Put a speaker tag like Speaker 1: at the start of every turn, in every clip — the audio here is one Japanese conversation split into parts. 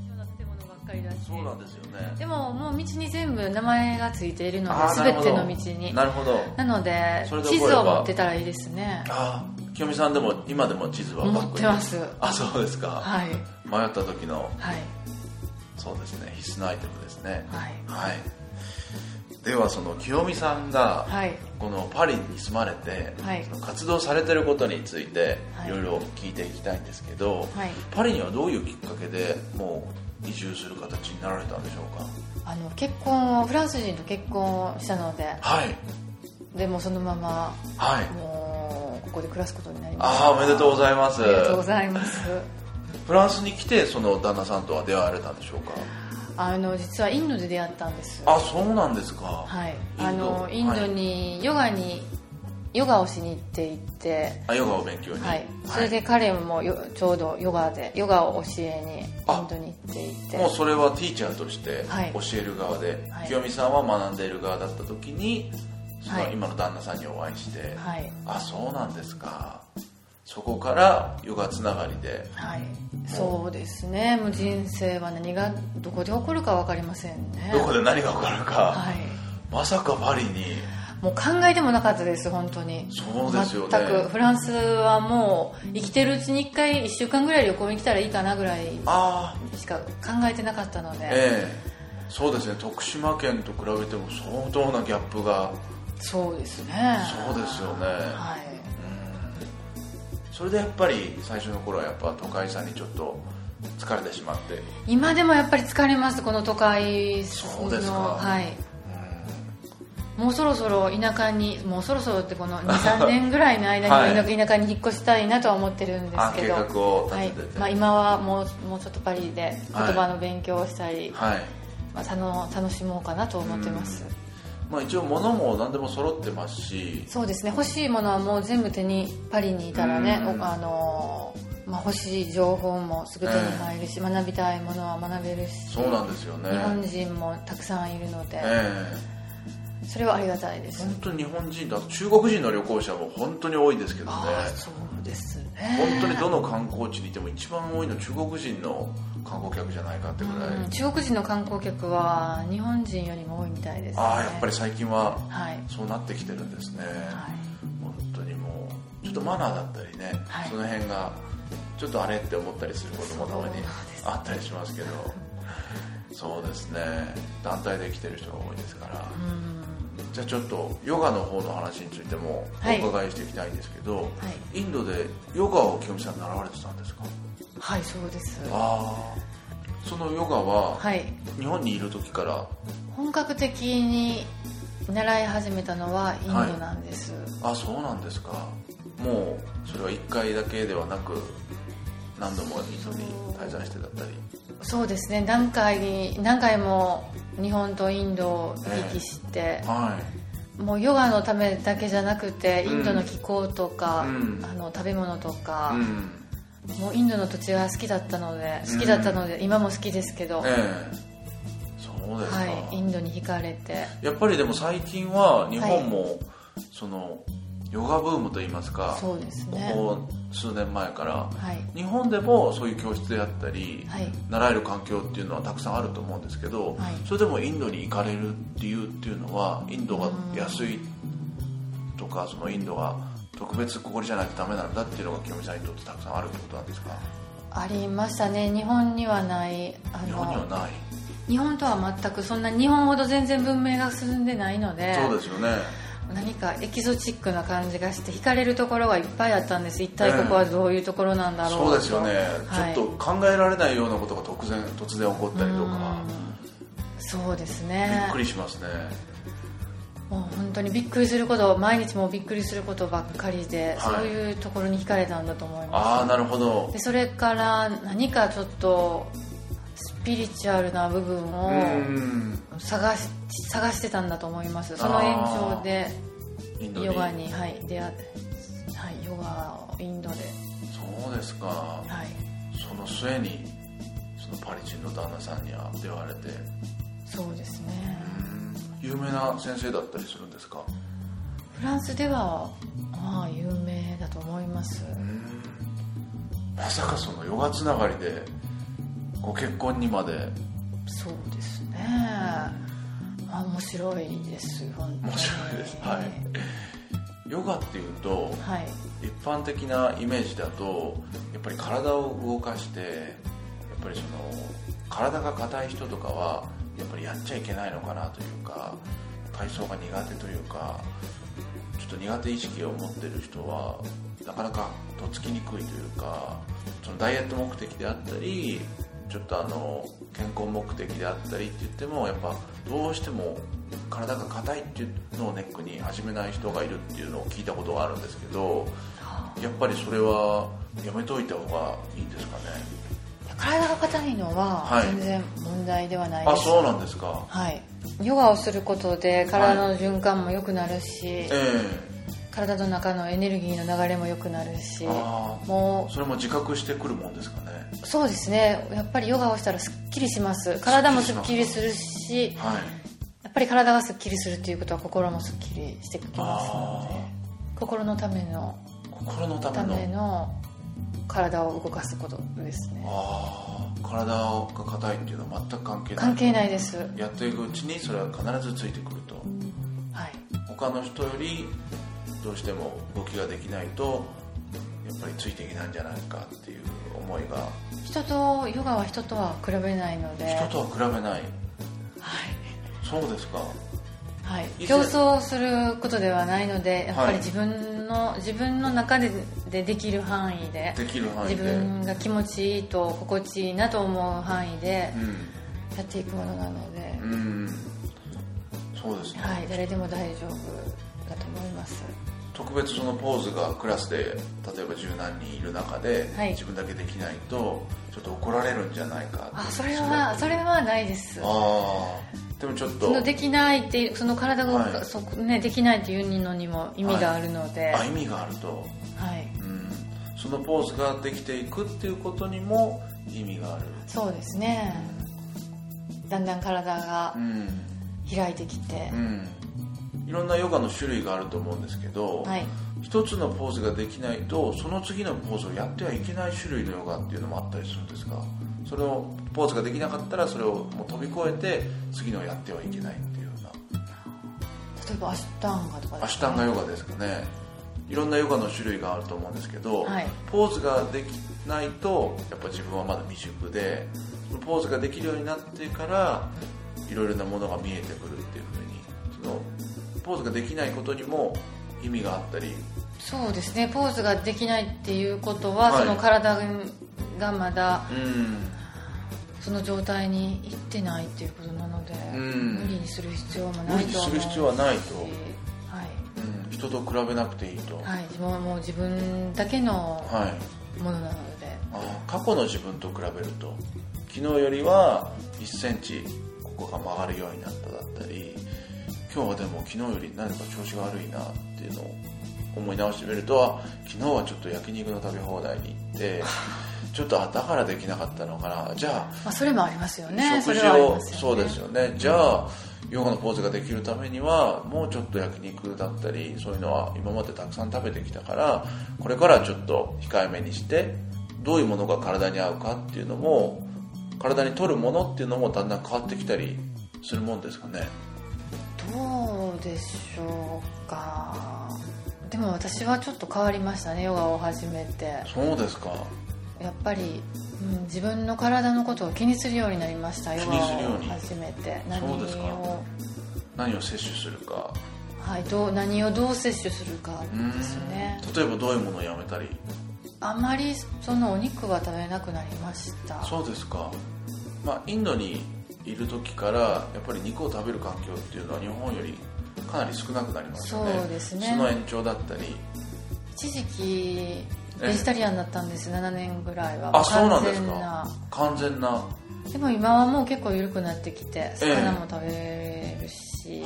Speaker 1: 私もだってものばっかりだし
Speaker 2: そうなんですよね
Speaker 1: でももう道に全部名前がついているの
Speaker 2: あ
Speaker 1: で
Speaker 2: ーなる
Speaker 1: 全
Speaker 2: ほ
Speaker 1: て
Speaker 2: ど
Speaker 1: の道に
Speaker 2: な
Speaker 1: な
Speaker 2: るほど
Speaker 1: ので
Speaker 2: それで覚えれ
Speaker 1: 地
Speaker 2: ば
Speaker 1: 図を持ってたらいいですね
Speaker 2: ああ清美さんでも今でも地図は
Speaker 1: 持
Speaker 2: バッ
Speaker 1: っ
Speaker 2: グ
Speaker 1: て
Speaker 2: に
Speaker 1: ます
Speaker 2: あそうですか、
Speaker 1: はい
Speaker 2: 迷った時の
Speaker 1: はい
Speaker 2: そうですね必須のアイテムですね
Speaker 1: はい
Speaker 2: はいではその清美さんが、
Speaker 1: はい
Speaker 2: このパリに住まれて、
Speaker 1: はい
Speaker 2: その活動されてることについて
Speaker 1: はい
Speaker 2: いろいろ聞いていきたいんですけど、
Speaker 1: はい
Speaker 2: パリにはどういうきっかけでもう移住する形になられたんでしょうか
Speaker 1: あの結婚をフランス人と結婚をしたので
Speaker 2: はい
Speaker 1: でもそのまま
Speaker 2: はい
Speaker 1: もうここで暮らすことになりました
Speaker 2: ああおめでとうございます
Speaker 1: ありがとうございます
Speaker 2: フランスに来てその旦那さんとは出会われたんでしょうか
Speaker 1: あの実はインドで出会ったんです
Speaker 2: あそうなんですか、
Speaker 1: はい
Speaker 2: インド
Speaker 1: あのインドにヨガにヨガをしに行っていて
Speaker 2: あヨガを勉強に
Speaker 1: はい、それで彼もよちょうどヨガでヨガを教えにインドに行っていて
Speaker 2: もうそれはティーチャーとして
Speaker 1: はい
Speaker 2: 教える側で、
Speaker 1: はい
Speaker 2: 清美さんは学んでいる側だった時にそ
Speaker 1: は
Speaker 2: の
Speaker 1: い
Speaker 2: 今の旦那さんにお会いして、
Speaker 1: はい、
Speaker 2: あそうなんですかそこからヨガつながりで
Speaker 1: はい、そうですねもう人生は何がどこで起こるか分かりませんね
Speaker 2: どこで何が起こるか、
Speaker 1: はい
Speaker 2: まさかパリに
Speaker 1: もう考えてもなかったです本当に
Speaker 2: そうですよね
Speaker 1: 全くフランスはもう生きてるうちに1回1週間ぐらい旅行に来たらいいかなぐらい
Speaker 2: ああ
Speaker 1: しか考えてなかったので、
Speaker 2: ええそうですね徳島県と比べても相当なギャップが
Speaker 1: そうですね
Speaker 2: そうですよね
Speaker 1: はい
Speaker 2: それでやっぱり最初の頃はやっぱ都会さんにちょっと疲れてしまってうん
Speaker 1: 今でもやっぱり疲れますこの都会の
Speaker 2: そうですか
Speaker 1: はいもうそろそろ田舎にもうそろそろってこの23年ぐらいの間 に
Speaker 2: は
Speaker 1: 田舎に引っ越したいなとは思ってるんで
Speaker 2: あ
Speaker 1: すけ
Speaker 2: 計
Speaker 1: ど、
Speaker 2: 画
Speaker 1: は
Speaker 2: を
Speaker 1: い
Speaker 2: 立ててて
Speaker 1: まあ、今はもうもうちょっとパリで言葉の勉強をしたり、
Speaker 2: はい
Speaker 1: まあ、たの楽しもうかなと思ってます、
Speaker 2: まあ、一応物も何でも揃ってますし
Speaker 1: そうですね欲しいものはもう全部手にパリにいたらね、
Speaker 2: うん
Speaker 1: おあのーまあ、欲しい情報もすぐ手に入るし、学びたいものは学べるし
Speaker 2: そうなんですよね
Speaker 1: 日本人もたくさんいるので、
Speaker 2: え
Speaker 1: それはありがたいで
Speaker 2: え
Speaker 1: す、
Speaker 2: 本当に日本人だ中国人の旅行者も本当に多いですけどね
Speaker 1: ああそうですね
Speaker 2: 本当にどの観光地にいても一番多いの中国人の観光客じゃないかってぐらい、
Speaker 1: うん中国人の観光客は日本人よりも多いみたいです、ね、
Speaker 2: ああやっぱり最近は
Speaker 1: はい、
Speaker 2: そうなってきてるんですね、
Speaker 1: はい、
Speaker 2: 本当にもうちょっとマナーだったりね、
Speaker 1: はい
Speaker 2: その辺がちょっとあれって思ったりすることもたまに
Speaker 1: そうなんです
Speaker 2: あったりしますけどそうですね団体で来てる人が多いですから、
Speaker 1: うん
Speaker 2: じゃあちょっとヨガの方の話についてもお
Speaker 1: はい
Speaker 2: 伺いしていきたいんですけど、
Speaker 1: はい、
Speaker 2: インドでヨガを清美さん習われてたんですか
Speaker 1: はい、そうです
Speaker 2: ああそのヨガは
Speaker 1: はい
Speaker 2: 日本にいる時から、
Speaker 1: 本格的に習い始めたのはインドなんです、
Speaker 2: あそうなんですかもうそれは1回だけではなく何度もインドに滞在してだったり
Speaker 1: そうですね何回に何回も日本とインドを行き来して、
Speaker 2: は
Speaker 1: もうヨガのためだけじゃなくてインド
Speaker 2: う
Speaker 1: の
Speaker 2: ん
Speaker 1: 気候とか、
Speaker 2: うん
Speaker 1: あの食べ物と
Speaker 2: い、
Speaker 1: か、
Speaker 2: うん、
Speaker 1: もうインドの土地が好きだったので好きだったので、今も好きですけど、
Speaker 2: ええそうですか、
Speaker 1: はい、インドに惹かれて
Speaker 2: やっぱりでも最近は日本も、そのヨガブームといいますか
Speaker 1: そうですね
Speaker 2: ここ数年前から
Speaker 1: はい
Speaker 2: 日本でもそういう教室であったり、
Speaker 1: はい
Speaker 2: 習える環境っていうのはたくさんあると思うんですけど、
Speaker 1: はい
Speaker 2: それでもインドに行かれる理由っていうのはインドが安いとかそのインドが特別ここじゃないとダメなんだっていうのが清美さんにとってたくさんあるってことなんですか
Speaker 1: ありましたね日本にはないあの
Speaker 2: 日本にはない
Speaker 1: 日本とは全くそんな日本ほど全然文明が進んでないので
Speaker 2: そうですよね
Speaker 1: 何かエキゾチックな感じがして惹かれるところがいっぱいあったんです一体ここはどういうところなんだろうと、
Speaker 2: そうですよね、
Speaker 1: はい
Speaker 2: ちょっと考えられないようなことが突然突然起こったりとか
Speaker 1: そうです
Speaker 2: び
Speaker 1: ね
Speaker 2: っくりしますね
Speaker 1: もう本当にびっくりすること毎日もびっくりすることばっかり
Speaker 2: は
Speaker 1: で、
Speaker 2: い
Speaker 1: そういうところに惹かれたんだと思います
Speaker 2: ああなるほど
Speaker 1: でそれから何かちょっとスピリチュアルな部分
Speaker 2: う
Speaker 1: を
Speaker 2: ん
Speaker 1: 探し探してたんだと思いますその延長で
Speaker 2: インドに
Speaker 1: ヨガに、はい、出会って、はい、ヨガをインドで、
Speaker 2: そうですか
Speaker 1: はい、
Speaker 2: その末にそのパリ人の旦那さんに出会われて
Speaker 1: そうですね
Speaker 2: うん有名な先生だったりするんですか
Speaker 1: フランスではまあ有名だと思います
Speaker 2: うんまさかそのヨガつながりでご結婚にまで
Speaker 1: そうですねあ面白いです本当に
Speaker 2: 面白いですはいヨガっていうと
Speaker 1: はい、
Speaker 2: 一般的なイメージだとやっぱり体を動かしてやっぱりその体が硬い人とかはやっぱりやっちゃいけないのかなというか体操が苦手というかちょっと苦手意識を持ってる人はなかなかとっつきにくいというかそのダイエット目的であったりちょっとあの健康目的であったりって言ってもやっぱどうしても体が硬いっていうのをネックに始めない人がいるっていうのを聞いたことがあるんですけどやっぱりそれはやめといた方がいいんですかね
Speaker 1: 体が硬いのは
Speaker 2: はい
Speaker 1: 全然問題ではないで
Speaker 2: あ
Speaker 1: す、
Speaker 2: そうなんですか
Speaker 1: はい、ヨガをすることで体の循環も良くなるし、
Speaker 2: え
Speaker 1: 体の中のエネルギーの流れも良くなる
Speaker 2: え
Speaker 1: し
Speaker 2: あ
Speaker 1: も
Speaker 2: あそれも自覚してくるもんですかね
Speaker 1: うそうですねやっぱりヨガをしたらすっきりします体もすっきりするし
Speaker 2: はい
Speaker 1: やっぱり体がすっきりするっていうことは心もすっきりしてきますの
Speaker 2: あ
Speaker 1: で心のための
Speaker 2: 心のため
Speaker 1: た
Speaker 2: の
Speaker 1: めの体を動かすことですね
Speaker 2: ああ体が硬いっていうのは全く関係ない
Speaker 1: 関係ないですは
Speaker 2: やっていくうちにそれは必ずついてくると
Speaker 1: い
Speaker 2: 他の人よりどうしても動きができないとやっぱりついていけないんじゃないかっていう思いが
Speaker 1: 人とヨガは人とは比べないので
Speaker 2: 人とは比べない
Speaker 1: はい
Speaker 2: そうですか
Speaker 1: はい、
Speaker 2: いつ
Speaker 1: 競争することではないのでやっぱ
Speaker 2: はい
Speaker 1: り自分の、自分の中ででできる範囲で
Speaker 2: できる範囲
Speaker 1: 自
Speaker 2: で
Speaker 1: 分が気持ちいいと心地いいなと思う範囲でやっていくものなので、
Speaker 2: うん、うん、そうですね、
Speaker 1: はい、誰でも大丈夫だと思います
Speaker 2: 特別そのポーズがクラスで例えば十何人いる中で、
Speaker 1: はい
Speaker 2: 自分だけできないとちょっと怒られるんじゃないか
Speaker 1: あそれはそれはないです
Speaker 2: ああでもちょっ
Speaker 1: そ
Speaker 2: と
Speaker 1: のできないっていうその体が、
Speaker 2: はい
Speaker 1: そね、できないっていうのにも意味があるので、
Speaker 2: あ意味があると、
Speaker 1: はい、
Speaker 2: うん、そのポーズができていくっていうことにも意味がある
Speaker 1: そうですねだんだん体が
Speaker 2: うん
Speaker 1: 開いてきて
Speaker 2: う、んいろんなヨガの種類があると思うんですけど、
Speaker 1: はい
Speaker 2: 一つのポーズができないとその次のポーズをやってはいけない種類のヨガっていうのもあったりするんですがそれをポーズができなかったらそれをもう飛び越えて次のをやってはいけないっていうような
Speaker 1: 例えばアシュタンガとか
Speaker 2: アシュタンガヨガですかねいろんなヨガの種類があると思うんですけど、
Speaker 1: はい
Speaker 2: ポーズができないとやっぱ自分はまだ未熟でそのポーズができるようになってからいろいろなものが見えてくるっていうふうにそのポーズができないことにも意味があったり
Speaker 1: そうですねポーズができないっていうことは、
Speaker 2: はい
Speaker 1: その体がまだ
Speaker 2: うん
Speaker 1: その状態にいってないっていうことなので、
Speaker 2: うん
Speaker 1: 無理にする必要もないと思う
Speaker 2: 無理にする必要はないと
Speaker 1: はい、
Speaker 2: うん人と比べなくていいとはい、
Speaker 1: はい、自分はもう自分だけのものなので、
Speaker 2: あ過去の自分と比べると昨日よりは1センチここが曲がるようになっただったり今日はでも昨日より何か調子が悪いなっていうのを思い直してみるとあ昨日はちょっと焼肉の食べ放題に行 ってちょっとあだからできなかったのかなじゃあ
Speaker 1: まあ、それもありますよね
Speaker 2: 食
Speaker 1: そ
Speaker 2: 事
Speaker 1: れはあり
Speaker 2: を
Speaker 1: ます
Speaker 2: そうですよねじゃあヨガのポーズができるためにはもうちょっと焼肉だったりそういうのは今までたくさん食べてきたからこれからちょっと控えめにしてどういうものが体に合うかっていうのも体に取るものっていうのもだんだん変わってきたりするもんですかね
Speaker 1: どうでしょうかでも私はちょっと変わりましたねヨガを始めて
Speaker 2: そうですか
Speaker 1: やっぱり、うん、自分の体のことを気にするようになりましたヨ
Speaker 2: 気
Speaker 1: ガ
Speaker 2: にするよう
Speaker 1: を
Speaker 2: に
Speaker 1: 始めて
Speaker 2: そうですか
Speaker 1: を
Speaker 2: 何を摂取するか
Speaker 1: はい、どう何をどう摂取するか
Speaker 2: うん
Speaker 1: ですよね
Speaker 2: 例えばどういうものをやめたり
Speaker 1: あまりそのお肉は食べなくなりました
Speaker 2: そうですか、まあ、インドにいる時からやっぱり肉を食べる環境っていうのは日本よりかなり少なくなりますよね
Speaker 1: そうですね
Speaker 2: その延長だったり
Speaker 1: 一時期ベジタリアンだったんです7年ぐらいは
Speaker 2: あそうなんですか
Speaker 1: 完
Speaker 2: 完
Speaker 1: 全な
Speaker 2: 全なは
Speaker 1: でも今はもう結構緩くなってきて魚も食べるし、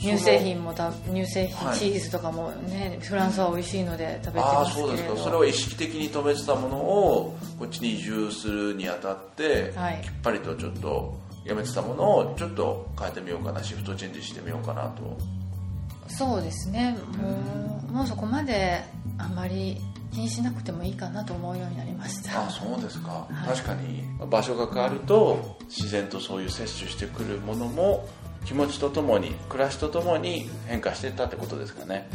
Speaker 2: い
Speaker 1: 乳製品もた乳製品、
Speaker 2: はい
Speaker 1: チーズとかもねフランスは美味しいので食べて
Speaker 2: あ
Speaker 1: ま
Speaker 2: あ
Speaker 1: すけ
Speaker 2: そうで
Speaker 1: れ
Speaker 2: す
Speaker 1: ど
Speaker 2: かそれを意識的に止めてたものをこっちに移住するにあたって、
Speaker 1: はい
Speaker 2: きっぱりとちょっとやめてたものをちょっと変えてみようかなシフトチェンジしてみようかなと
Speaker 1: そうですねもうもうそこまであまり気にしなくてもいいかなと思うようになりました
Speaker 2: あそうですか、
Speaker 1: はい
Speaker 2: 確かに場所が変わると自然とそういう摂取してくるものも気持ちとともに暮らしとともに変化していったってことですかね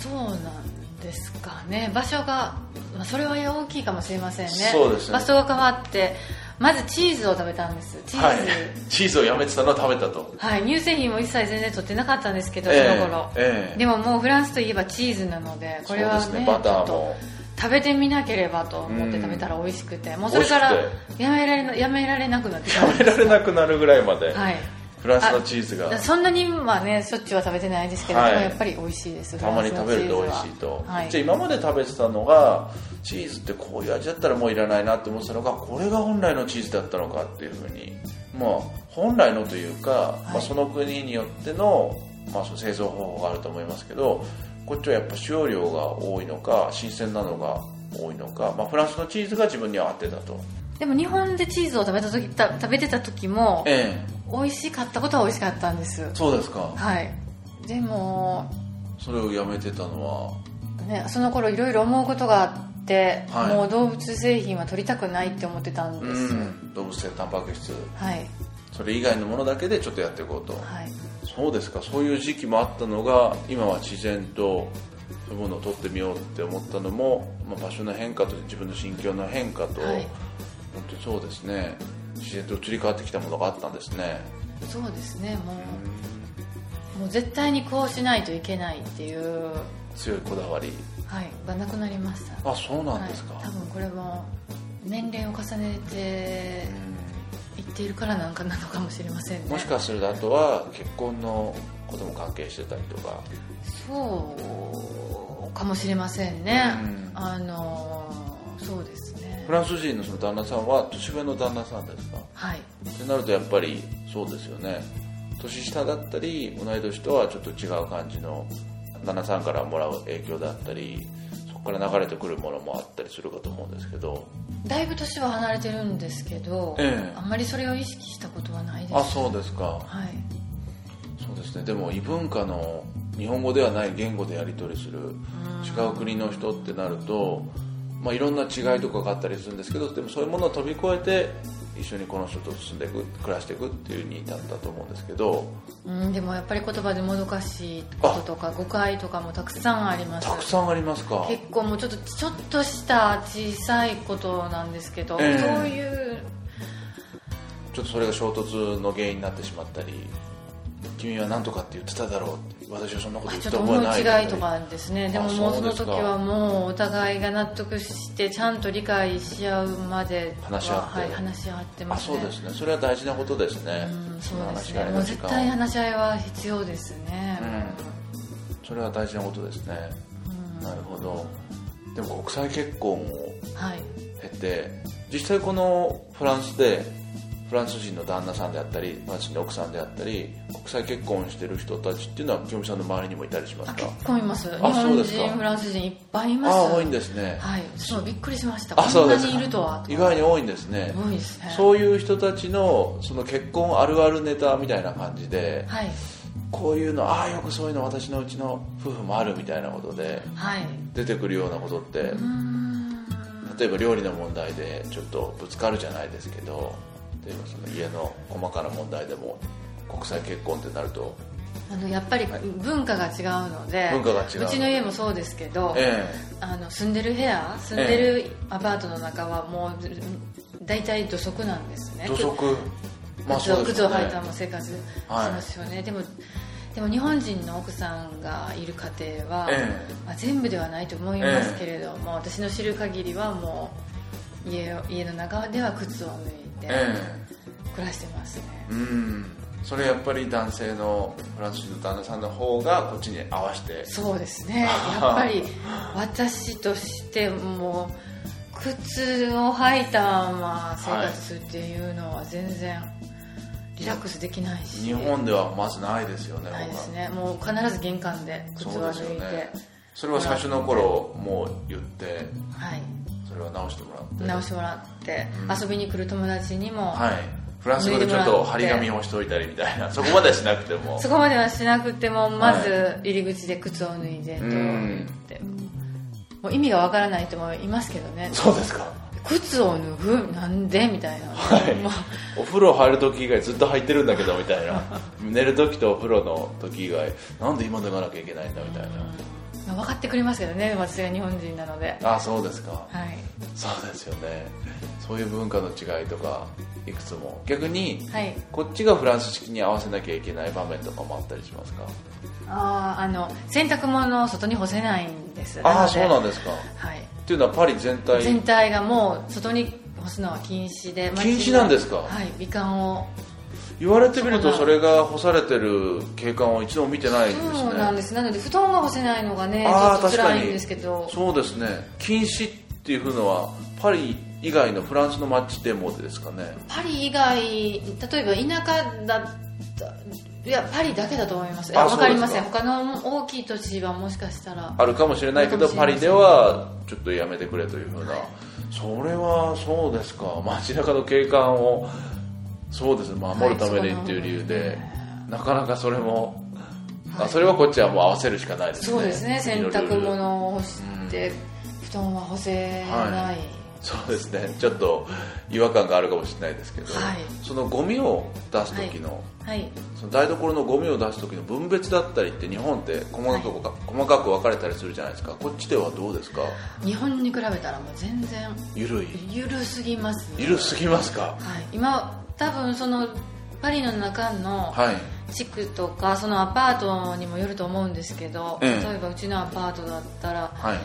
Speaker 1: そうなんですかね場所が、まあ、それは大きいかもしれませんね
Speaker 2: そうですね
Speaker 1: 場所が変わってまずチーズを食べたんですチーズ、
Speaker 2: はいチーズをやめてたのは食べたと
Speaker 1: はい、乳製品も一切全然取ってなかったんですけど、その頃、
Speaker 2: ええ
Speaker 1: でももうフランスといえばチーズなのでこれは
Speaker 2: そうです
Speaker 1: ね
Speaker 2: ねバ
Speaker 1: ちょ
Speaker 2: タ
Speaker 1: っ
Speaker 2: ー
Speaker 1: と
Speaker 2: も
Speaker 1: 食べてみなければと思って食べたら美味しくてもうそれから
Speaker 2: 美味し
Speaker 1: やめられなやめられなくなってきま
Speaker 2: 食べられなくなるぐらいまで、
Speaker 1: はい
Speaker 2: フランスのチーズが
Speaker 1: だそんなにまあねしょっちゅうは食べてないですけど、
Speaker 2: はい
Speaker 1: でもやっぱり美味しいです
Speaker 2: たまに
Speaker 1: フラン
Speaker 2: 食
Speaker 1: スの
Speaker 2: べる
Speaker 1: チーズ
Speaker 2: と
Speaker 1: は
Speaker 2: 美味しいと、
Speaker 1: はい
Speaker 2: じゃあ今まで食べてたのがチーズってこういう味だったらもういらないなって思ってたのがこれが本来のチーズだったのかっていうふうにまあ本来のというか、まあ、その国によっての,、まあその製造方法があると思いますけどこっちはやっぱ使用量が多いのか新鮮なのが多いのか、まあ、フランスのチーズが自分には合ってたと、
Speaker 1: でも日本でチーズを食べた時た食べてた時も
Speaker 2: ええ
Speaker 1: 美味しかったことは美味しかったんです
Speaker 2: そうですか
Speaker 1: はいでも
Speaker 2: それをやめてたのは
Speaker 1: ね、その頃いろいろ思うことがあって、
Speaker 2: はい
Speaker 1: もう動物製品は取りたくないって思ってたん
Speaker 2: う
Speaker 1: です、
Speaker 2: ん動物性タンパク質
Speaker 1: はい
Speaker 2: それ以外のものだけでちょっとやっていこうと
Speaker 1: はい
Speaker 2: そうですかそういう時期もあったのが今は自然とそういうものを取ってみようって思ったのも、まあ、場所の変化と自分の心境の変化と、
Speaker 1: はい
Speaker 2: 本当にそうですね自然と移り変わってきたものがあったんですね
Speaker 1: そうですねもうもう絶対にこうしないといけないっていう
Speaker 2: 強いこだわり
Speaker 1: はいがなくなりました
Speaker 2: あそうなんですか、
Speaker 1: はい、多分これも年齢を重ねていっているからなんかなのかもしれません
Speaker 2: う
Speaker 1: ね
Speaker 2: んもしかするとあとは結婚のことも関係してたりとか
Speaker 1: そうかもしれませんね、
Speaker 2: うん
Speaker 1: あのそうですね
Speaker 2: フランス人のその旦那さんは年上の旦那さんですか
Speaker 1: はい
Speaker 2: ってなるとやっぱりそうですよね年下だったり同い年とはちょっと違う感じの旦那さんからもらう影響だったりそこから流れてくるものもあったりするかと思うんですけど
Speaker 1: だいぶ年は離れてるんですけど、
Speaker 2: ええ
Speaker 1: あんまりそれを意識したことはないです
Speaker 2: あそうですか
Speaker 1: はい
Speaker 2: そうですねでも異文化の日本語ではない言語でやり取りする違う国の人ってなると、まあ、いろんな違いとかがあったりするんですけどでもそういうものを飛び越えて一緒にこの人と住んでいく暮らしていくっていうに至ったと思うんですけど
Speaker 1: うんでもやっぱり言葉でもどかしいこととか誤解とかもたくさんあります
Speaker 2: たくさんありますか
Speaker 1: 結構もうちょっとちょっとした小さいことなんですけど、
Speaker 2: ええ
Speaker 1: そういう
Speaker 2: ちょっとそれが衝突の原因になってしまったり君は何とかって言ってただろうって私はそんなこと言っ
Speaker 1: ち
Speaker 2: た
Speaker 1: ょっと
Speaker 2: 覚
Speaker 1: 思
Speaker 2: え
Speaker 1: い
Speaker 2: ない
Speaker 1: 違いとかですねでも
Speaker 2: あ
Speaker 1: も
Speaker 2: そ
Speaker 1: うそうの
Speaker 2: ですか
Speaker 1: 時はもうお互いが納得してちゃんと理解し合うまでは
Speaker 2: 話し合って
Speaker 1: はい、話し合って
Speaker 2: あ
Speaker 1: ます
Speaker 2: そ
Speaker 1: ね
Speaker 2: うですねそれは大事なことですね
Speaker 1: うんそうです
Speaker 2: の話し合
Speaker 1: ね
Speaker 2: い
Speaker 1: も
Speaker 2: の
Speaker 1: う
Speaker 2: 時
Speaker 1: 絶
Speaker 2: 間
Speaker 1: 対話し合いは必要ですね、
Speaker 2: それは大事なことですね、
Speaker 1: うん
Speaker 2: なるほどでも国際結婚を
Speaker 1: はい
Speaker 2: 経て実際このフランスでフランス人の旦那さんであったりフランス人の奥さんであったり国際結婚してる人たちっていうのは清美さんの周りにもいたりしま
Speaker 1: あ
Speaker 2: す
Speaker 1: 結
Speaker 2: か
Speaker 1: 構います日
Speaker 2: あそう
Speaker 1: 本
Speaker 2: ですか
Speaker 1: 人フランス人いっぱいい
Speaker 2: あ
Speaker 1: ます
Speaker 2: あ多いんですね
Speaker 1: はいそうびっくりしました
Speaker 2: あそ
Speaker 1: こ
Speaker 2: う
Speaker 1: んな
Speaker 2: ですか
Speaker 1: にいるとは
Speaker 2: 意外に多いんですね
Speaker 1: 多いですね
Speaker 2: そういう人たちのその結婚あるあるネタみたいな感じで
Speaker 1: はい
Speaker 2: こういうのああよくそういうの私のうちの夫婦もあるみたいなことで
Speaker 1: はい
Speaker 2: 出てくるようなことって
Speaker 1: うーん
Speaker 2: 例えば料理の問題でちょっとぶつかるじゃないですけど例えばその家の細かな問題でも国際結婚ってなると
Speaker 1: あのやっぱり文化が違うので、
Speaker 2: 文化が違う
Speaker 1: うちの家もそうですけど、
Speaker 2: え
Speaker 1: あの住んでる部屋住んでるアパートの中はもうず大体土足なんです
Speaker 2: え
Speaker 1: ね
Speaker 2: 土足まあ
Speaker 1: 靴
Speaker 2: そ
Speaker 1: を
Speaker 2: うで
Speaker 1: 靴
Speaker 2: す
Speaker 1: を
Speaker 2: よ
Speaker 1: 履い
Speaker 2: ね
Speaker 1: たまま生活し
Speaker 2: はい
Speaker 1: ますよね、でもでも日本人の奥さんがいる家庭は、
Speaker 2: ええ
Speaker 1: まあ、全部ではないと思いますけれども、私の知る限りはもう家を家の中では靴を脱いで
Speaker 2: え
Speaker 1: 暮らしてますね
Speaker 2: え、うんそれやっぱり男性のフランス人の旦那さんの方がこっちに合わせて
Speaker 1: そうですねやっぱり私としても靴を履いたまま生活するっていうのは全然リラックスできないし
Speaker 2: 日本ではまずないですよね
Speaker 1: ないです
Speaker 2: 僕は
Speaker 1: ねもう必ず玄関で靴
Speaker 2: そう
Speaker 1: は
Speaker 2: です
Speaker 1: 脱
Speaker 2: よ
Speaker 1: いで
Speaker 2: ねそれは最初の頃もう言って
Speaker 1: はい
Speaker 2: それは直してもらって
Speaker 1: 直してもらって、
Speaker 2: うん
Speaker 1: 遊びに来る友達にも、
Speaker 2: はいフランス語でちょっと張り紙をしておいたりみたいなそこまではしなくても
Speaker 1: そこまではしなくてもまず入り口で靴を脱いでと言って、もう意味がわからない人もいますけどね
Speaker 2: そうですか
Speaker 1: 靴を脱ぐなんでみたいな、
Speaker 2: はい
Speaker 1: もう
Speaker 2: お風呂入る時以外ずっと入ってるんだけどみたい な寝る時とお風呂の時以外なんで今脱がなきゃいけないんだみたい
Speaker 1: 分かってくれますけどね私が日本人なので、
Speaker 2: なあそうですか
Speaker 1: はい
Speaker 2: そうですよねそういう文化の違いとかいくつも逆に
Speaker 1: はい、
Speaker 2: こっちがフランス式に合わせなきゃいけない場面とかもあったりしますか
Speaker 1: あーあの洗濯物を外に干せないんです
Speaker 2: ああそうなん
Speaker 1: で、
Speaker 2: ですかっ
Speaker 1: はい、
Speaker 2: ていうのはパリ全体
Speaker 1: 全体がもう外に干すのは禁止で
Speaker 2: 禁止なんですか
Speaker 1: はい美観を
Speaker 2: 言われてみるとそれが干されてる景観を一度も見てないんですね
Speaker 1: そうなんですなので布団が干せないのがねち
Speaker 2: あー
Speaker 1: ょっと辛
Speaker 2: 確か
Speaker 1: いん
Speaker 2: に
Speaker 1: ですけど
Speaker 2: そうですね禁止っていうのはパリ以外のフランスの街でもですかね
Speaker 1: パリ以外例えば田舎だったいやパリだけだと思いますいや
Speaker 2: あ
Speaker 1: わかり
Speaker 2: そうで
Speaker 1: ますせ
Speaker 2: か
Speaker 1: ん他の大きい都市はもしかしたら
Speaker 2: あるかもしれないけど
Speaker 1: あるか
Speaker 2: パ
Speaker 1: もしれ
Speaker 2: リで
Speaker 1: ません
Speaker 2: はちょっとやめてくれというふうな、それはそうですか街中の景観をそうですね守るためにっていう理由で、なかなかそれも、あそれはこっちはもう合わせるしかないですね
Speaker 1: そうですね洗
Speaker 2: 国のルール
Speaker 1: 濯物を干して布団は干せな
Speaker 2: はいそうですねちょっと違和感があるかもしれないですけど、
Speaker 1: はい
Speaker 2: そのゴミを出す時の、
Speaker 1: はい
Speaker 2: その台所のゴミを出す時の分別だったりって日本って細かく,、細かく分かれたりするじゃないですかこっちではどうですか
Speaker 1: 日本に比べたらもう全然
Speaker 2: ゆるい
Speaker 1: ゆるすぎますね
Speaker 2: ゆるすぎますか
Speaker 1: はい今多分そのパリの中の
Speaker 2: はい
Speaker 1: 地区とかそのアパートにもよると思うんですけど、
Speaker 2: ええ
Speaker 1: 例えばうちのアパートだったら
Speaker 2: はい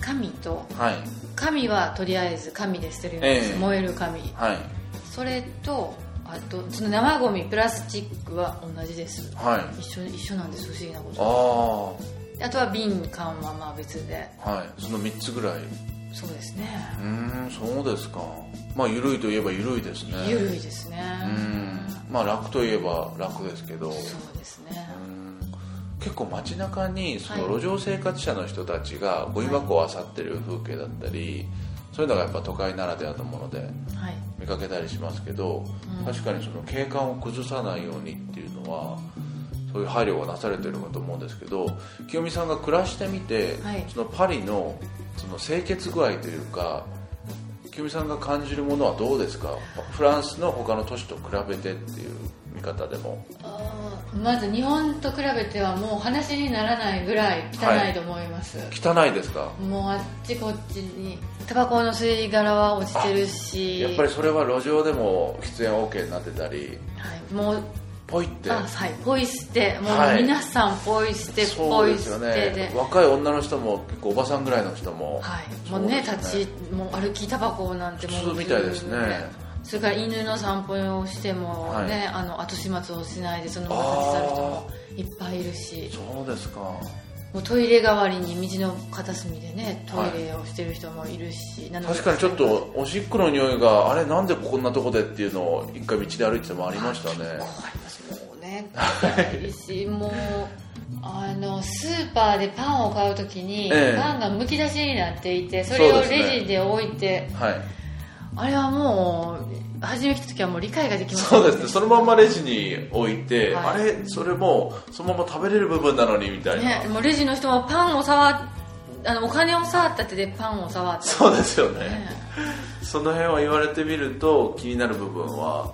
Speaker 1: 紙と
Speaker 2: はい
Speaker 1: 紙はとりあえず紙で捨てるようにです、
Speaker 2: ええ
Speaker 1: 燃える紙
Speaker 2: はい
Speaker 1: それとあとその生ゴミプラスチックは同じです
Speaker 2: はい
Speaker 1: 一緒一緒なんです不思議なこ
Speaker 2: あ
Speaker 1: と
Speaker 2: あは
Speaker 1: あとは瓶缶はまあ別で
Speaker 2: いその3つぐらいう
Speaker 1: そうですね
Speaker 2: ーんそうですかまあゆるいといえばゆるいですね
Speaker 1: ゆるいですね
Speaker 2: うーんまあ楽といえば楽ですけど
Speaker 1: そうですね
Speaker 2: うん結構街中にその
Speaker 1: は
Speaker 2: 路
Speaker 1: い
Speaker 2: 上生活者の人たちがゴミ箱を漁ってる風景だったり、そういうのがやっぱ都会ならではのもので
Speaker 1: はい
Speaker 2: 見かけたりしますけど、
Speaker 1: うん
Speaker 2: 確かにその景観を崩さないようにっていうのはそういう配慮がなされてるかと思うんですけど清美さんが暮らしてみて、
Speaker 1: はい
Speaker 2: そのパリのその清潔具合というか清美さんが感じるものはどうですかフランスの他の都市と比べてっていう見方でも
Speaker 1: あーまず日本と比べてはもう話にならないぐらい汚いと思います、
Speaker 2: 汚いですか
Speaker 1: もうあっちこっちにタバコの吸い殻は落ちてるし
Speaker 2: やっぱりそれは路上でも喫煙 OK になってたり
Speaker 1: はい、もう
Speaker 2: ポイって
Speaker 1: あはいポイ捨ても
Speaker 2: は
Speaker 1: う
Speaker 2: い
Speaker 1: 皆さんポイ捨て、
Speaker 2: そ
Speaker 1: ポ
Speaker 2: う
Speaker 1: イ
Speaker 2: ですよ
Speaker 1: 捨てで
Speaker 2: ね若い女の人も結構おばさんぐらいの人も、
Speaker 1: はいもうね
Speaker 2: そうです
Speaker 1: 立ちもう歩きタバコなんてもう
Speaker 2: 普通みたいですね
Speaker 1: それから犬の散歩をしてもね、
Speaker 2: はい
Speaker 1: あの後始末をしないでそのまま立ち去る人もいっぱいいるし
Speaker 2: そうですか
Speaker 1: もうトイレ代わりに道の片隅でねトイレをしてる人もいるし、なので
Speaker 2: 確かにちょっとおしっこの匂いがあれなんでこんなとこでっていうのを一回道で歩いててもありましたね
Speaker 1: ありますもうね高 いしもうあのスーパーでパンを買うときに、
Speaker 2: ええ
Speaker 1: パンがむき出しになっていてそれ
Speaker 2: そう
Speaker 1: を
Speaker 2: ですね
Speaker 1: レジで置いて、
Speaker 2: はい
Speaker 1: あれはもう初め来た時はもう理解ができません
Speaker 2: そうですねそのまんまレジに置いて、
Speaker 1: は
Speaker 2: あれそれもうそのまま食べれる部分なのにみたいな、
Speaker 1: ねもうレジの人もパンを触っあのお金を触った手でパンを触った
Speaker 2: そうですよね
Speaker 1: ね
Speaker 2: その辺は言われてみると気になる部分は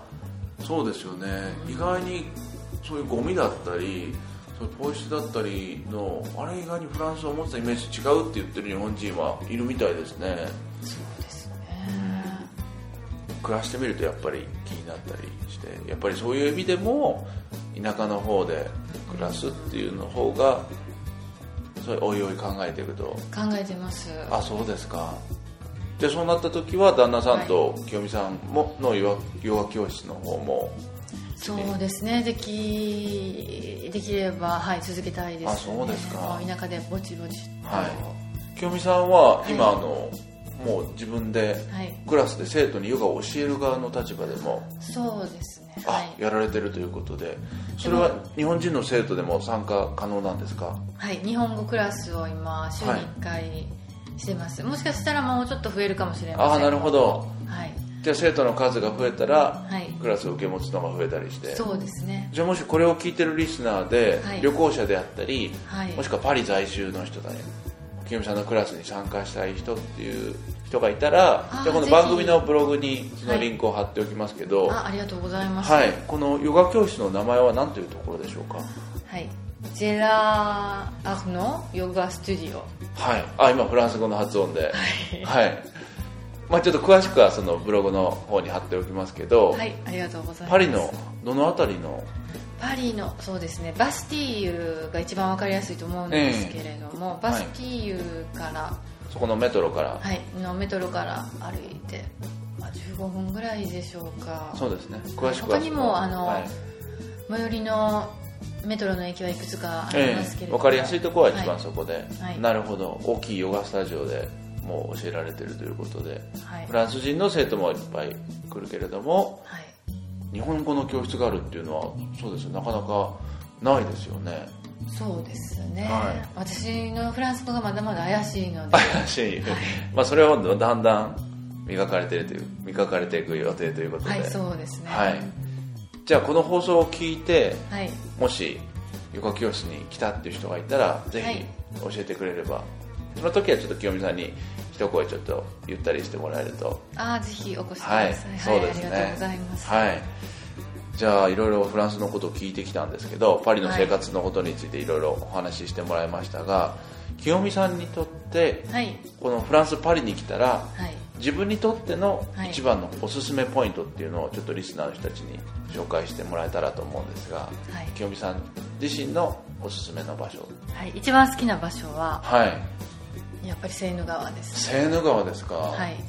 Speaker 2: そうですよね意外にそういうゴミだったりそういうポイ捨てだったりのあれ意外にフランスを持ってたイメージ違うって言ってる日本人はいるみたいですね
Speaker 1: そうですね
Speaker 2: 暮らしてみるとやっぱり気になったりしてやっぱりそういう意味でも田舎の方で暮暮らすっていうの方がそれおいおい考えていくと
Speaker 1: 考えてます
Speaker 2: あそうですかでそうなった時は旦那さんと清美さんものヨガヨガ教室の方も
Speaker 1: そうですねできできれば、はい、続けたいです、ね、
Speaker 2: あそうですか
Speaker 1: もう田舎でぼちぼちと
Speaker 2: は清美さんは今、
Speaker 1: はい
Speaker 2: あのもう自分で
Speaker 1: はい、
Speaker 2: クラスで生徒にヨガを教える側の立場でも、
Speaker 1: そうですね
Speaker 2: あ
Speaker 1: はい、
Speaker 2: やられてるということでそれは日本人の生徒でも参加可能なんですか
Speaker 1: はい、日本語クラスを今週に1回してます、もしかしたらもうちょっと増えるかもしれません
Speaker 2: ああなるほど
Speaker 1: はい、
Speaker 2: じゃあ生徒の数が増えたら
Speaker 1: はい、
Speaker 2: クラスを受け持つのが増えたりして
Speaker 1: そうですね
Speaker 2: じゃあもしこれを聞いてるリスナーで、
Speaker 1: はい
Speaker 2: 旅行者であったり、
Speaker 1: はい
Speaker 2: もしくはパリ在住の人だね清美さんのクラスに参加したい人っていう人がいたら
Speaker 1: あー
Speaker 2: じゃあこの
Speaker 1: ぜひ
Speaker 2: 番組のブログにそのリンクを貼っておきますけど、は
Speaker 1: あありがとうござい
Speaker 2: い
Speaker 1: ます
Speaker 2: このヨガ教室の名前は何というところでしょうか
Speaker 1: はい、ジェラーアフのヨガスタジオ
Speaker 2: はいあ今フランス語の発音ではい、まあ、ちょっと詳しくはそのブログの方に貼っておきますけど、
Speaker 1: はいありがとうございます
Speaker 2: パリのどの辺りの
Speaker 1: パリのそうですねバスティーユが一番わかりやすいと思うんですけれども、バスティーユから、は
Speaker 2: そこのメトロから、
Speaker 1: いのメトロから歩いて、まあ、15分ぐらいでしょうか
Speaker 2: そうですね詳しくは
Speaker 1: 他に
Speaker 2: そ
Speaker 1: もあの
Speaker 2: はい
Speaker 1: 最寄りのメトロの駅はいくつかあり
Speaker 2: え
Speaker 1: ますけ
Speaker 2: え
Speaker 1: れども、
Speaker 2: 分かりやすいところは一
Speaker 1: は
Speaker 2: 番そこで、
Speaker 1: はい
Speaker 2: なるほど大きいヨガスタジオでもう教えられてるということで
Speaker 1: はい
Speaker 2: フランス人の生徒もいっぱい来るけれども
Speaker 1: はい、
Speaker 2: 日本語の教室があるっていうのはそうですよなかなかないですよね
Speaker 1: そうですね、
Speaker 2: はい
Speaker 1: 私のフランス語がまだまだ怪しいので
Speaker 2: 怪しい、まあそれはだんだん磨かれてるという磨かれていく予定ということで
Speaker 1: はいそうですね
Speaker 2: はいじゃあこの放送を聞いて
Speaker 1: はい
Speaker 2: もしヨガ教室に来たっていう人がいたらぜ
Speaker 1: はい
Speaker 2: ひ教えてくれれば、その時はちょっと清美さんに一声ちょっと言ったりしてもらえると
Speaker 1: ああぜひお越しください、はい
Speaker 2: そうですね
Speaker 1: ありがとうございます、
Speaker 2: はいじゃあいろいろフランスのことを聞いてきたんですけどパリの生活のことについていろいろお話ししてもらいましたが、清美さんにとって
Speaker 1: はい
Speaker 2: このフランス・パリに来たら
Speaker 1: はい
Speaker 2: 自分にとっての
Speaker 1: はい
Speaker 2: 一番のおすすめポイントっていうのをちょっとリスナーの人たちに紹介してもらえたらと思うんですが
Speaker 1: はい
Speaker 2: 清美さん自身のおすすめの場所
Speaker 1: はい一番好きな場所は
Speaker 2: はい
Speaker 1: やっぱりセーヌ川です
Speaker 2: セーヌ川ですか、
Speaker 1: はいう
Speaker 2: ーん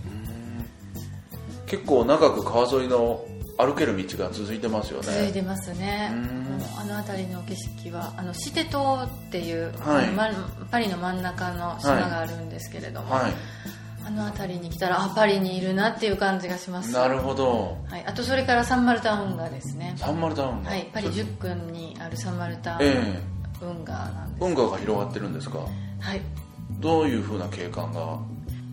Speaker 2: 結構長く川沿いの歩ける道が続いてますよね
Speaker 1: 続いてますね
Speaker 2: うん
Speaker 1: もうあの辺りの景色はあのシテ島っていう、
Speaker 2: はい
Speaker 1: あのまパリの真ん中の島があるんですけれども、
Speaker 2: は
Speaker 1: あの辺りに来たらあパリにいるなっていう感じがしま
Speaker 2: い
Speaker 1: す
Speaker 2: なるほど
Speaker 1: はい、あとそれからサンマルタ運河ですね
Speaker 2: サンマルタ運河
Speaker 1: はいパリ10区にあるサンマルタ
Speaker 2: え
Speaker 1: 運河なんで
Speaker 2: え運河が広がってるんですか
Speaker 1: はい
Speaker 2: どういうふうな景観が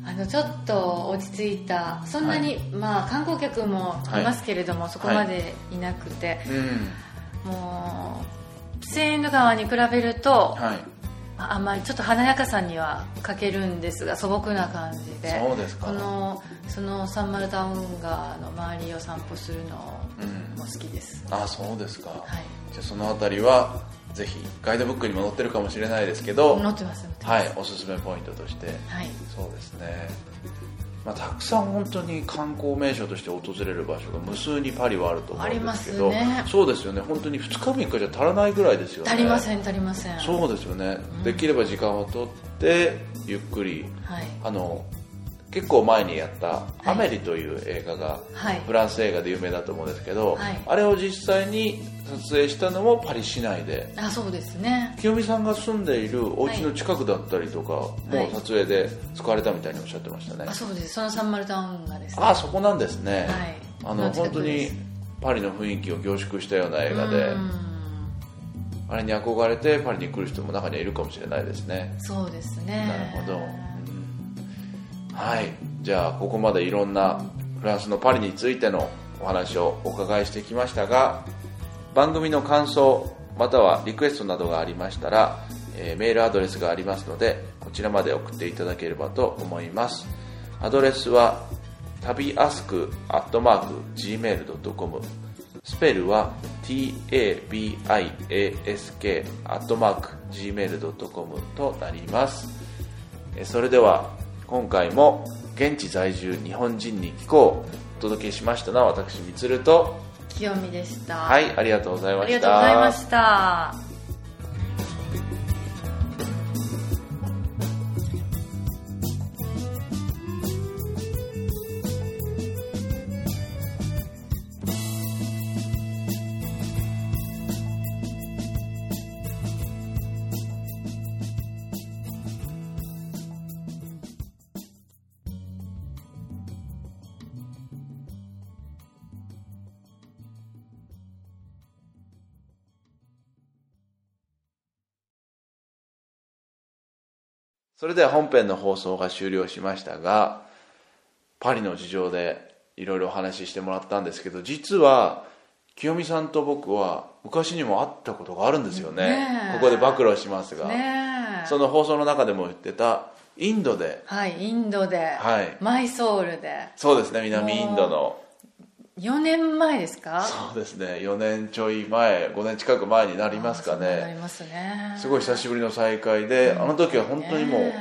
Speaker 1: あのちょっと落ち着いたそんなに、まあ、観光客もいますけれども、そこまでいなくて、
Speaker 2: うん
Speaker 1: もうセーヌ川に比べると、
Speaker 2: はい
Speaker 1: ああんまりちょっと華やかさには欠けるんですが素朴な感じで
Speaker 2: そうですか
Speaker 1: このそのサンマルタ運河の周りを散歩するの
Speaker 2: うん
Speaker 1: も好きです、
Speaker 2: あそうですか、
Speaker 1: はい
Speaker 2: じゃあその辺りはぜひガイドブックにも載ってるかもしれないですけど
Speaker 1: 乗ってます乗ってます
Speaker 2: はいおすすめポイントとして
Speaker 1: はい
Speaker 2: そうですね、まあ、たくさん本当に観光名所として訪れる場所が無数にパリはあると思うんですけど
Speaker 1: ありますね
Speaker 2: そうですよね本当に2日3日じゃ足らないぐらいですよね
Speaker 1: 足りません足りません
Speaker 2: そうですよね、
Speaker 1: ん
Speaker 2: できれば時間をとってゆっくり
Speaker 1: はい
Speaker 2: あの結構前にやった「
Speaker 1: い
Speaker 2: アメリ」という映画が
Speaker 1: はい
Speaker 2: フランス映画で有名だと思うんですけど、
Speaker 1: はい
Speaker 2: あれを実際に撮影したのもパリ市内で
Speaker 1: あそうですね
Speaker 2: 清美さんが住んでいるお家の近くだったりとか、
Speaker 1: はい
Speaker 2: もう撮影で使われたみたいにおっしゃってましたね、
Speaker 1: あそうですそのサンマルタ運河ですね
Speaker 2: ああそこなんですね、
Speaker 1: はい
Speaker 2: あの
Speaker 1: の近
Speaker 2: 本当
Speaker 1: く
Speaker 2: に
Speaker 1: です
Speaker 2: パリの雰囲気を凝縮したような映画で
Speaker 1: うん
Speaker 2: あれに憧れてパリに来る人も中にはいるかもしれないですね
Speaker 1: そうですね
Speaker 2: なるほど、うんはいじゃあここまでいろんなフランスのパリについてのお話をお伺いしてきましたが番組の感想またはリクエストなどがありましたら、えーメールアドレスがありますのでこちらまで送っていただければと思いますアドレスは旅アスクアットマーク Gmail.com スペルは tabiask アットマーク Gmail.com となりますえーそれでは今回も現地在住日本人に聞こうお届けしましたのは私みつると
Speaker 1: 清美でした
Speaker 2: はいありがとうござい
Speaker 1: あ
Speaker 2: ました
Speaker 1: りがとうございました
Speaker 2: それでは本編の放送が終了しましたがパリの事情でいろいろお話ししてもらったんですけど実は清美さんと僕は昔にも会ったことがあるんですよね
Speaker 1: ねえ
Speaker 2: ここで暴露しますが、
Speaker 1: ねえ
Speaker 2: その放送の中でも言ってたインドで
Speaker 1: はいインドで、
Speaker 2: はい
Speaker 1: マイソールで
Speaker 2: そうですね南インドの
Speaker 1: 4年前ですか
Speaker 2: そうですね4年ちょい前5年近く前になりますか
Speaker 1: そうな
Speaker 2: ね
Speaker 1: りますね
Speaker 2: すごい久しぶりの再会であの時は本当にもう
Speaker 1: ね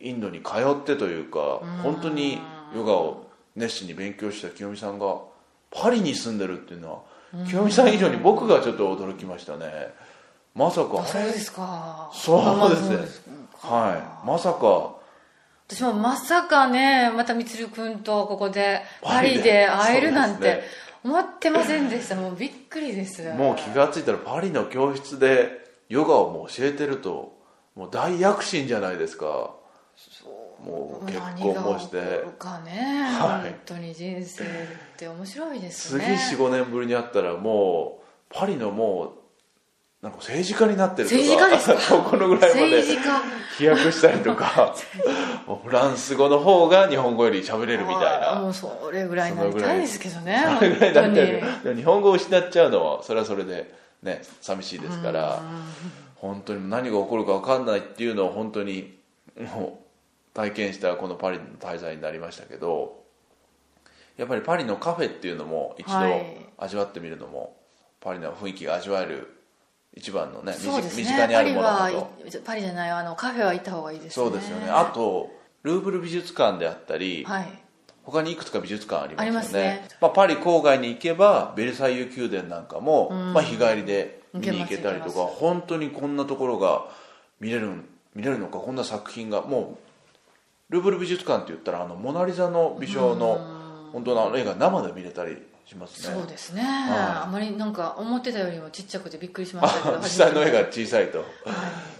Speaker 2: インドに通ってというか本当にヨガを熱心に勉強した清美さんがパリに住んでるっていうのは清美さん以上に僕がちょっと驚きましたねまさか
Speaker 1: えそうですか
Speaker 2: そうですね
Speaker 1: あまあそう
Speaker 2: はいまさか
Speaker 1: 私もまさかねまたみつるくんとここでパ
Speaker 2: パリで
Speaker 1: リで会えるなん
Speaker 2: そう
Speaker 1: て
Speaker 2: ですね
Speaker 1: 思ってませんでしたもうびっくりです
Speaker 2: もう気がついたらパリの教室でヨガをもう教えてるともう大躍進じゃないですかもう結婚もして
Speaker 1: 何が起こるかね、
Speaker 2: はい
Speaker 1: 本当に人生って面白いです
Speaker 2: 次
Speaker 1: ね
Speaker 2: 45年ぶりに会ったらもうパリのもうなんか政治家になってるとか
Speaker 1: 政治家ですか
Speaker 2: このぐらいまで
Speaker 1: 政治家
Speaker 2: 飛躍したりと かもうフランス語の方が日本語より喋れるみたい
Speaker 1: あも
Speaker 2: な
Speaker 1: うそれぐらいになりたいですけどね
Speaker 2: それぐらいになって
Speaker 1: 本当に
Speaker 2: るでも日本語を失っちゃうのはそれはそれでね寂しいですから、本当に何が起こるか分かんないっていうのを本当にもう体験したこのパリの滞在になりましたけどやっぱりパリのカフェっていうのも一度
Speaker 1: はい
Speaker 2: 味わってみるのも、パリの雰囲気が味わえる一番のね 身
Speaker 1: そうです
Speaker 2: 身
Speaker 1: ね
Speaker 2: 近にあるもの
Speaker 1: パ
Speaker 2: だ
Speaker 1: リ
Speaker 2: と
Speaker 1: はパリじゃないあのカフェは行った方がいいですね
Speaker 2: そうですよねあとルーブル美術館であったり、
Speaker 1: はい
Speaker 2: 他にいくつか美術館ありますよね
Speaker 1: ありますね
Speaker 2: まあ、パリ郊外に行けばベルサイユ宮殿なんかも、まあ、日帰りで見に行けたりとか
Speaker 1: 行けます行けます
Speaker 2: 本当にこんなところが見れる見れるのかこんな作品がもうルーブル美術館って言ったらあのモナ・リザの微笑の本当のあの絵が生で見れたりしますね
Speaker 1: そ うですね、
Speaker 2: はい
Speaker 1: あまりなんか思ってたよりもちっちゃくてびっくりしましたけど
Speaker 2: あ実際の絵が
Speaker 1: 初
Speaker 2: 小さいと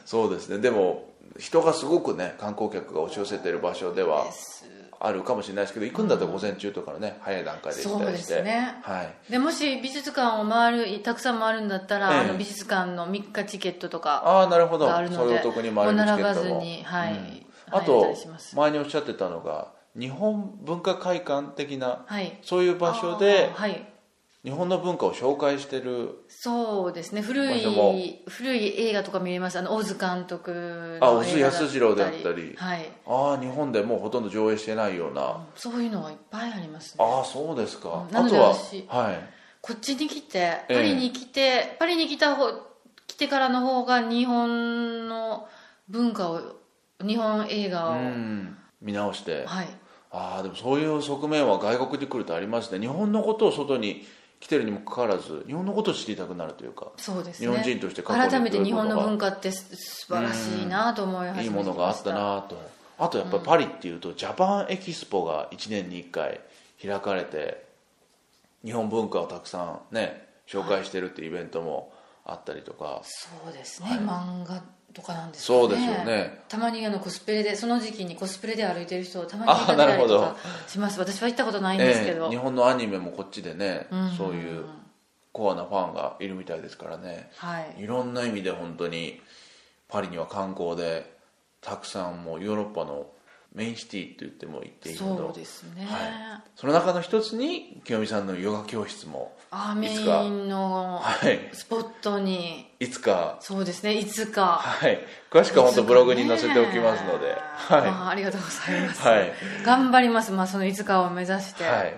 Speaker 2: そうですねでも人がすごくね観光客が押し寄せてる場所で
Speaker 1: め
Speaker 2: は
Speaker 1: てです
Speaker 2: あるかもしれないですけど行くんだったら午前中とかのね早い段階で行ったりして
Speaker 1: そうですね
Speaker 2: はい
Speaker 1: でもし美術館を回るたくさん回るんだったら、
Speaker 2: ええ
Speaker 1: あの美術館の3日チケットとか
Speaker 2: ああなるほど
Speaker 1: がある
Speaker 2: そ
Speaker 1: の
Speaker 2: れ
Speaker 1: で
Speaker 2: を特に
Speaker 1: も
Speaker 2: 丸
Speaker 1: う
Speaker 2: につ
Speaker 1: 並
Speaker 2: け
Speaker 1: ば
Speaker 2: た
Speaker 1: ず
Speaker 2: も
Speaker 1: に、は
Speaker 2: あ
Speaker 1: い入れた
Speaker 2: と
Speaker 1: りします
Speaker 2: 前におっしゃってたのが日本文化会館的な
Speaker 1: はい
Speaker 2: そういう場所で
Speaker 1: あーはい
Speaker 2: 日本の文化を紹介してる
Speaker 1: そうですね古
Speaker 2: 場所も
Speaker 1: い古い映画とか見れますあの大津監督
Speaker 2: あ
Speaker 1: の
Speaker 2: 小津
Speaker 1: 映画だったり
Speaker 2: 安二郎であったり
Speaker 1: はい、
Speaker 2: ああ日本でもうほとんど上映してないような
Speaker 1: そういうのはいっぱいありますね
Speaker 2: ああそうですか
Speaker 1: うんな
Speaker 2: あ
Speaker 1: の
Speaker 2: と
Speaker 1: で
Speaker 2: は
Speaker 1: 私
Speaker 2: はい
Speaker 1: こっちに来て
Speaker 2: ええ
Speaker 1: パリに来て、パリに来た方来てからの方が日本の文化を日本映画を、
Speaker 2: うん見直して
Speaker 1: はい
Speaker 2: ああでもそういう側面は外国に来るとありますね日本のことを外に来てるにもかかわらず日本のことを知りたくなるというか
Speaker 1: そうですね
Speaker 2: 日本人として過去に
Speaker 1: 改めて日本の文化ってす素晴らしいなと思い始め
Speaker 2: い
Speaker 1: て
Speaker 2: いものがあったなとあとやっぱりパリっていうとジャパンエキスポが1年に1回開かれて日本文化をたくさんね紹介してるっていうイベントもあったりとか
Speaker 1: そうですね、漫画とかなんですかね
Speaker 2: そうですよね
Speaker 1: たまにあのコスプレでその時期にコスプレで歩いてる人をたまに
Speaker 2: あ
Speaker 1: 見かけた
Speaker 2: なる
Speaker 1: り
Speaker 2: ほど
Speaker 1: とかします私は行ったことないんですけ
Speaker 2: え
Speaker 1: ど、
Speaker 2: え日本のアニメもこっちでね
Speaker 1: ん
Speaker 2: そういうコアなファンがいるみたいですからね
Speaker 1: はい
Speaker 2: いろんな意味で本当にパリには観光でたくさんもうヨーロッパのメインシティって言っても言っていいほど
Speaker 1: そうですね、
Speaker 2: はいその中の一つに清美さんのヨガ教室も
Speaker 1: あ
Speaker 2: い
Speaker 1: メ
Speaker 2: つか
Speaker 1: インの
Speaker 2: はい
Speaker 1: スポットに
Speaker 2: いつか、
Speaker 1: そうですねいつか
Speaker 2: はい、詳しくは本当ブログに載せておきますので、
Speaker 1: いつかね
Speaker 2: は
Speaker 1: あーありがとうございます、
Speaker 2: はい
Speaker 1: 頑張ります、まあ、そのいつかを目指して
Speaker 2: い、はい、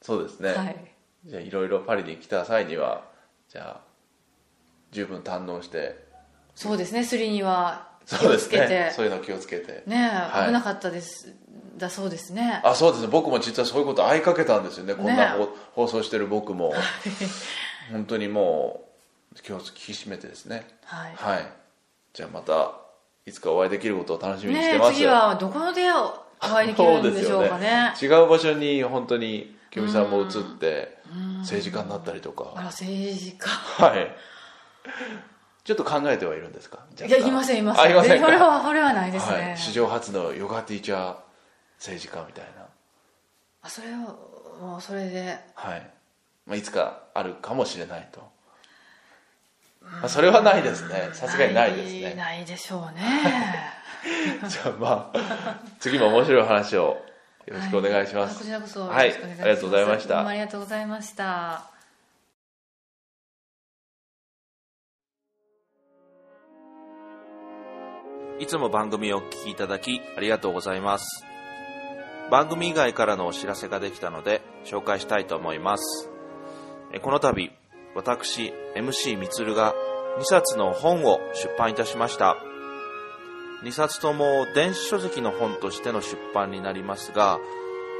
Speaker 2: そうですね、
Speaker 1: はい
Speaker 2: じゃあいろいろパリに来た際には、じゃあ十分堪能して、
Speaker 1: そうですねスリには気
Speaker 2: そう
Speaker 1: を
Speaker 2: で
Speaker 1: つ
Speaker 2: す
Speaker 1: けて
Speaker 2: ね、そういうの気をつけて、
Speaker 1: ね
Speaker 2: はい
Speaker 1: 危なかったです、だそうですね
Speaker 2: あ、そうですね、僕も実はそういうこと、合いかけたんですよね、こんな
Speaker 1: ね
Speaker 2: ほ放送してる僕も、本当にもう、気を引き締めてですね、
Speaker 1: はい、
Speaker 2: はい、じゃあまたいつかお会いできることを楽しみにし
Speaker 1: ね
Speaker 2: てます。
Speaker 1: 次はどこでお会いできるんでしょうかね
Speaker 2: そうですよ違う場所に本当に清美さんも移って政治家になったりと
Speaker 1: あら
Speaker 2: か
Speaker 1: 政治家
Speaker 2: はいちょっと考えてはいるんですか
Speaker 1: いやいませんいません
Speaker 2: あいません
Speaker 1: こ
Speaker 2: か
Speaker 1: れはこれはないですね、
Speaker 2: はい、史上初のヨガティーチャー政治家みたいな
Speaker 1: あそれはもうそれで
Speaker 2: はい、まあ、いつかあるかもしれないと
Speaker 3: あそれはないですねさすがにないです
Speaker 1: な
Speaker 3: ね
Speaker 1: いないでしょうね
Speaker 3: じゃあまあ次も面白い話を よろしくお願いしま
Speaker 1: は
Speaker 3: す、
Speaker 1: こちらこそよろ
Speaker 3: はい
Speaker 1: しくお願いしま
Speaker 3: あ
Speaker 1: す、
Speaker 3: りがとうございました
Speaker 1: どうもありがとうございました
Speaker 2: いつも番組をお聞きいただきありがとうございます。番組以外からのお知らせができたので紹介したいと思います。えこの度、私、MC みつるが2冊の本を出版いたしました。2冊とも電子書籍の本としての出版になりますが、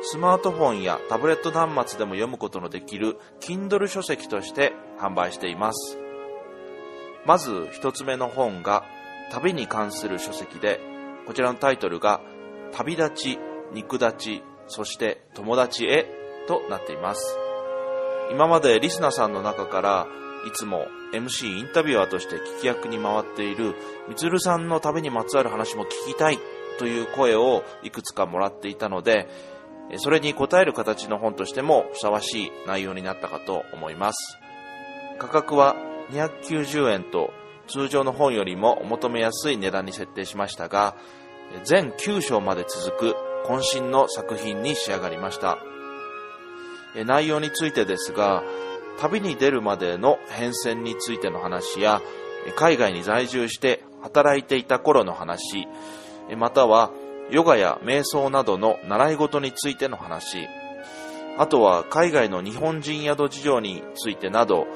Speaker 2: スマートフォンやタブレット端末でも読むことのできる Kindle 書籍として販売しています。まず一つ目の本が旅に関する書籍で、こちらのタイトルが旅立ち、肉立ち、そして友達へとなっています。今までリスナーさんの中からいつも MC インタビュアーとして聞き役に回っているみつるさんの旅にまつわる話も聞きたいという声をいくつかもらっていたので、えそれに応える形の本としてもふさわしい内容になったかと思います。価格は290円と通常の本よりもお求めやすい値段に設定しましたがえ全9章まで続く渾身の作品に仕上がりましたえ内容についてですが旅に出るまでの変遷についての話やえ海外に在住して働いていた頃の話えまたはヨガや瞑想などの習い事についての話あとは海外の日本人宿事情についてなど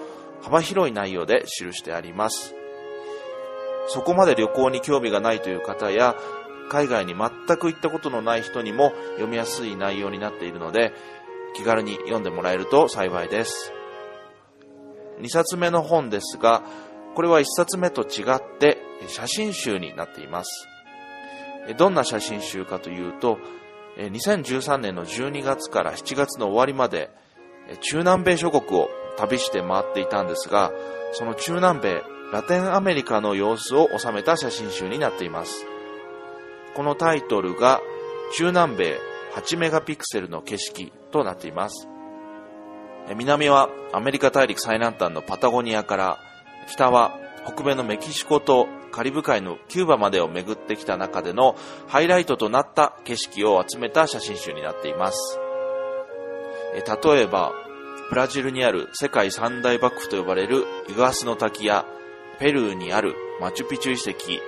Speaker 2: 幅広い内容で記してあります。そこまで旅行に興味がないという方や、海外に全く行ったことのない人にも読みやすい内容になっているので、気軽に読んでもらえると幸いです。2冊目の本ですが、これは1冊目と違って写真集になっています。えどんな写真集かというと、え2013年の12月から7月の終わりまで、え中南米諸国を旅して回っていたんですが、その中南米、ラテンアメリカの様子を収めた写真集になっています。このタイトルが、中南米8メガピクセルの景色となっています。え南はアメリカ大陸最南端のパタゴニアから、北は北米のメキシコとカリブ海のキューバまでを巡ってきた中でのハイライトとなった景色を集めた写真集になっています。え例えば、ブラジルにある世界三大幕府と呼ばれるイグアスの滝や、ペルーにあるマチュピチュ遺跡、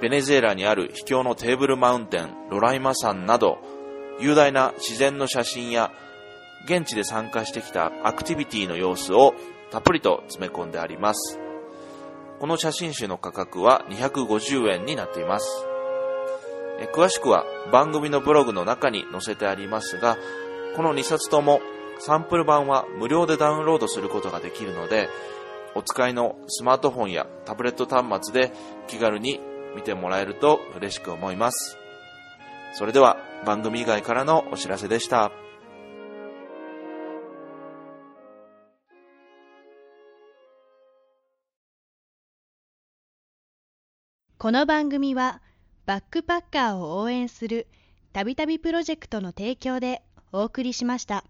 Speaker 2: ベネズエラにある秘境のテーブルマウンテン、ロライマ山など、雄大な自然の写真や、現地で参加してきたアクティビティの様子をたっぷりと詰め込んであります。この写真集の価格は250円になっています。え詳しくは番組のブログの中に載せてありますが、この2冊ともサンプル版は無料でダウンロードすることができるので、お使いのスマートフォンやタブレット端末で気軽に見てもらえると嬉しく思います。それでは番組以外からのお知らせでした。
Speaker 4: この番組はバックパッカーを応援するたびたびプロジェクトの提供でお送りしました。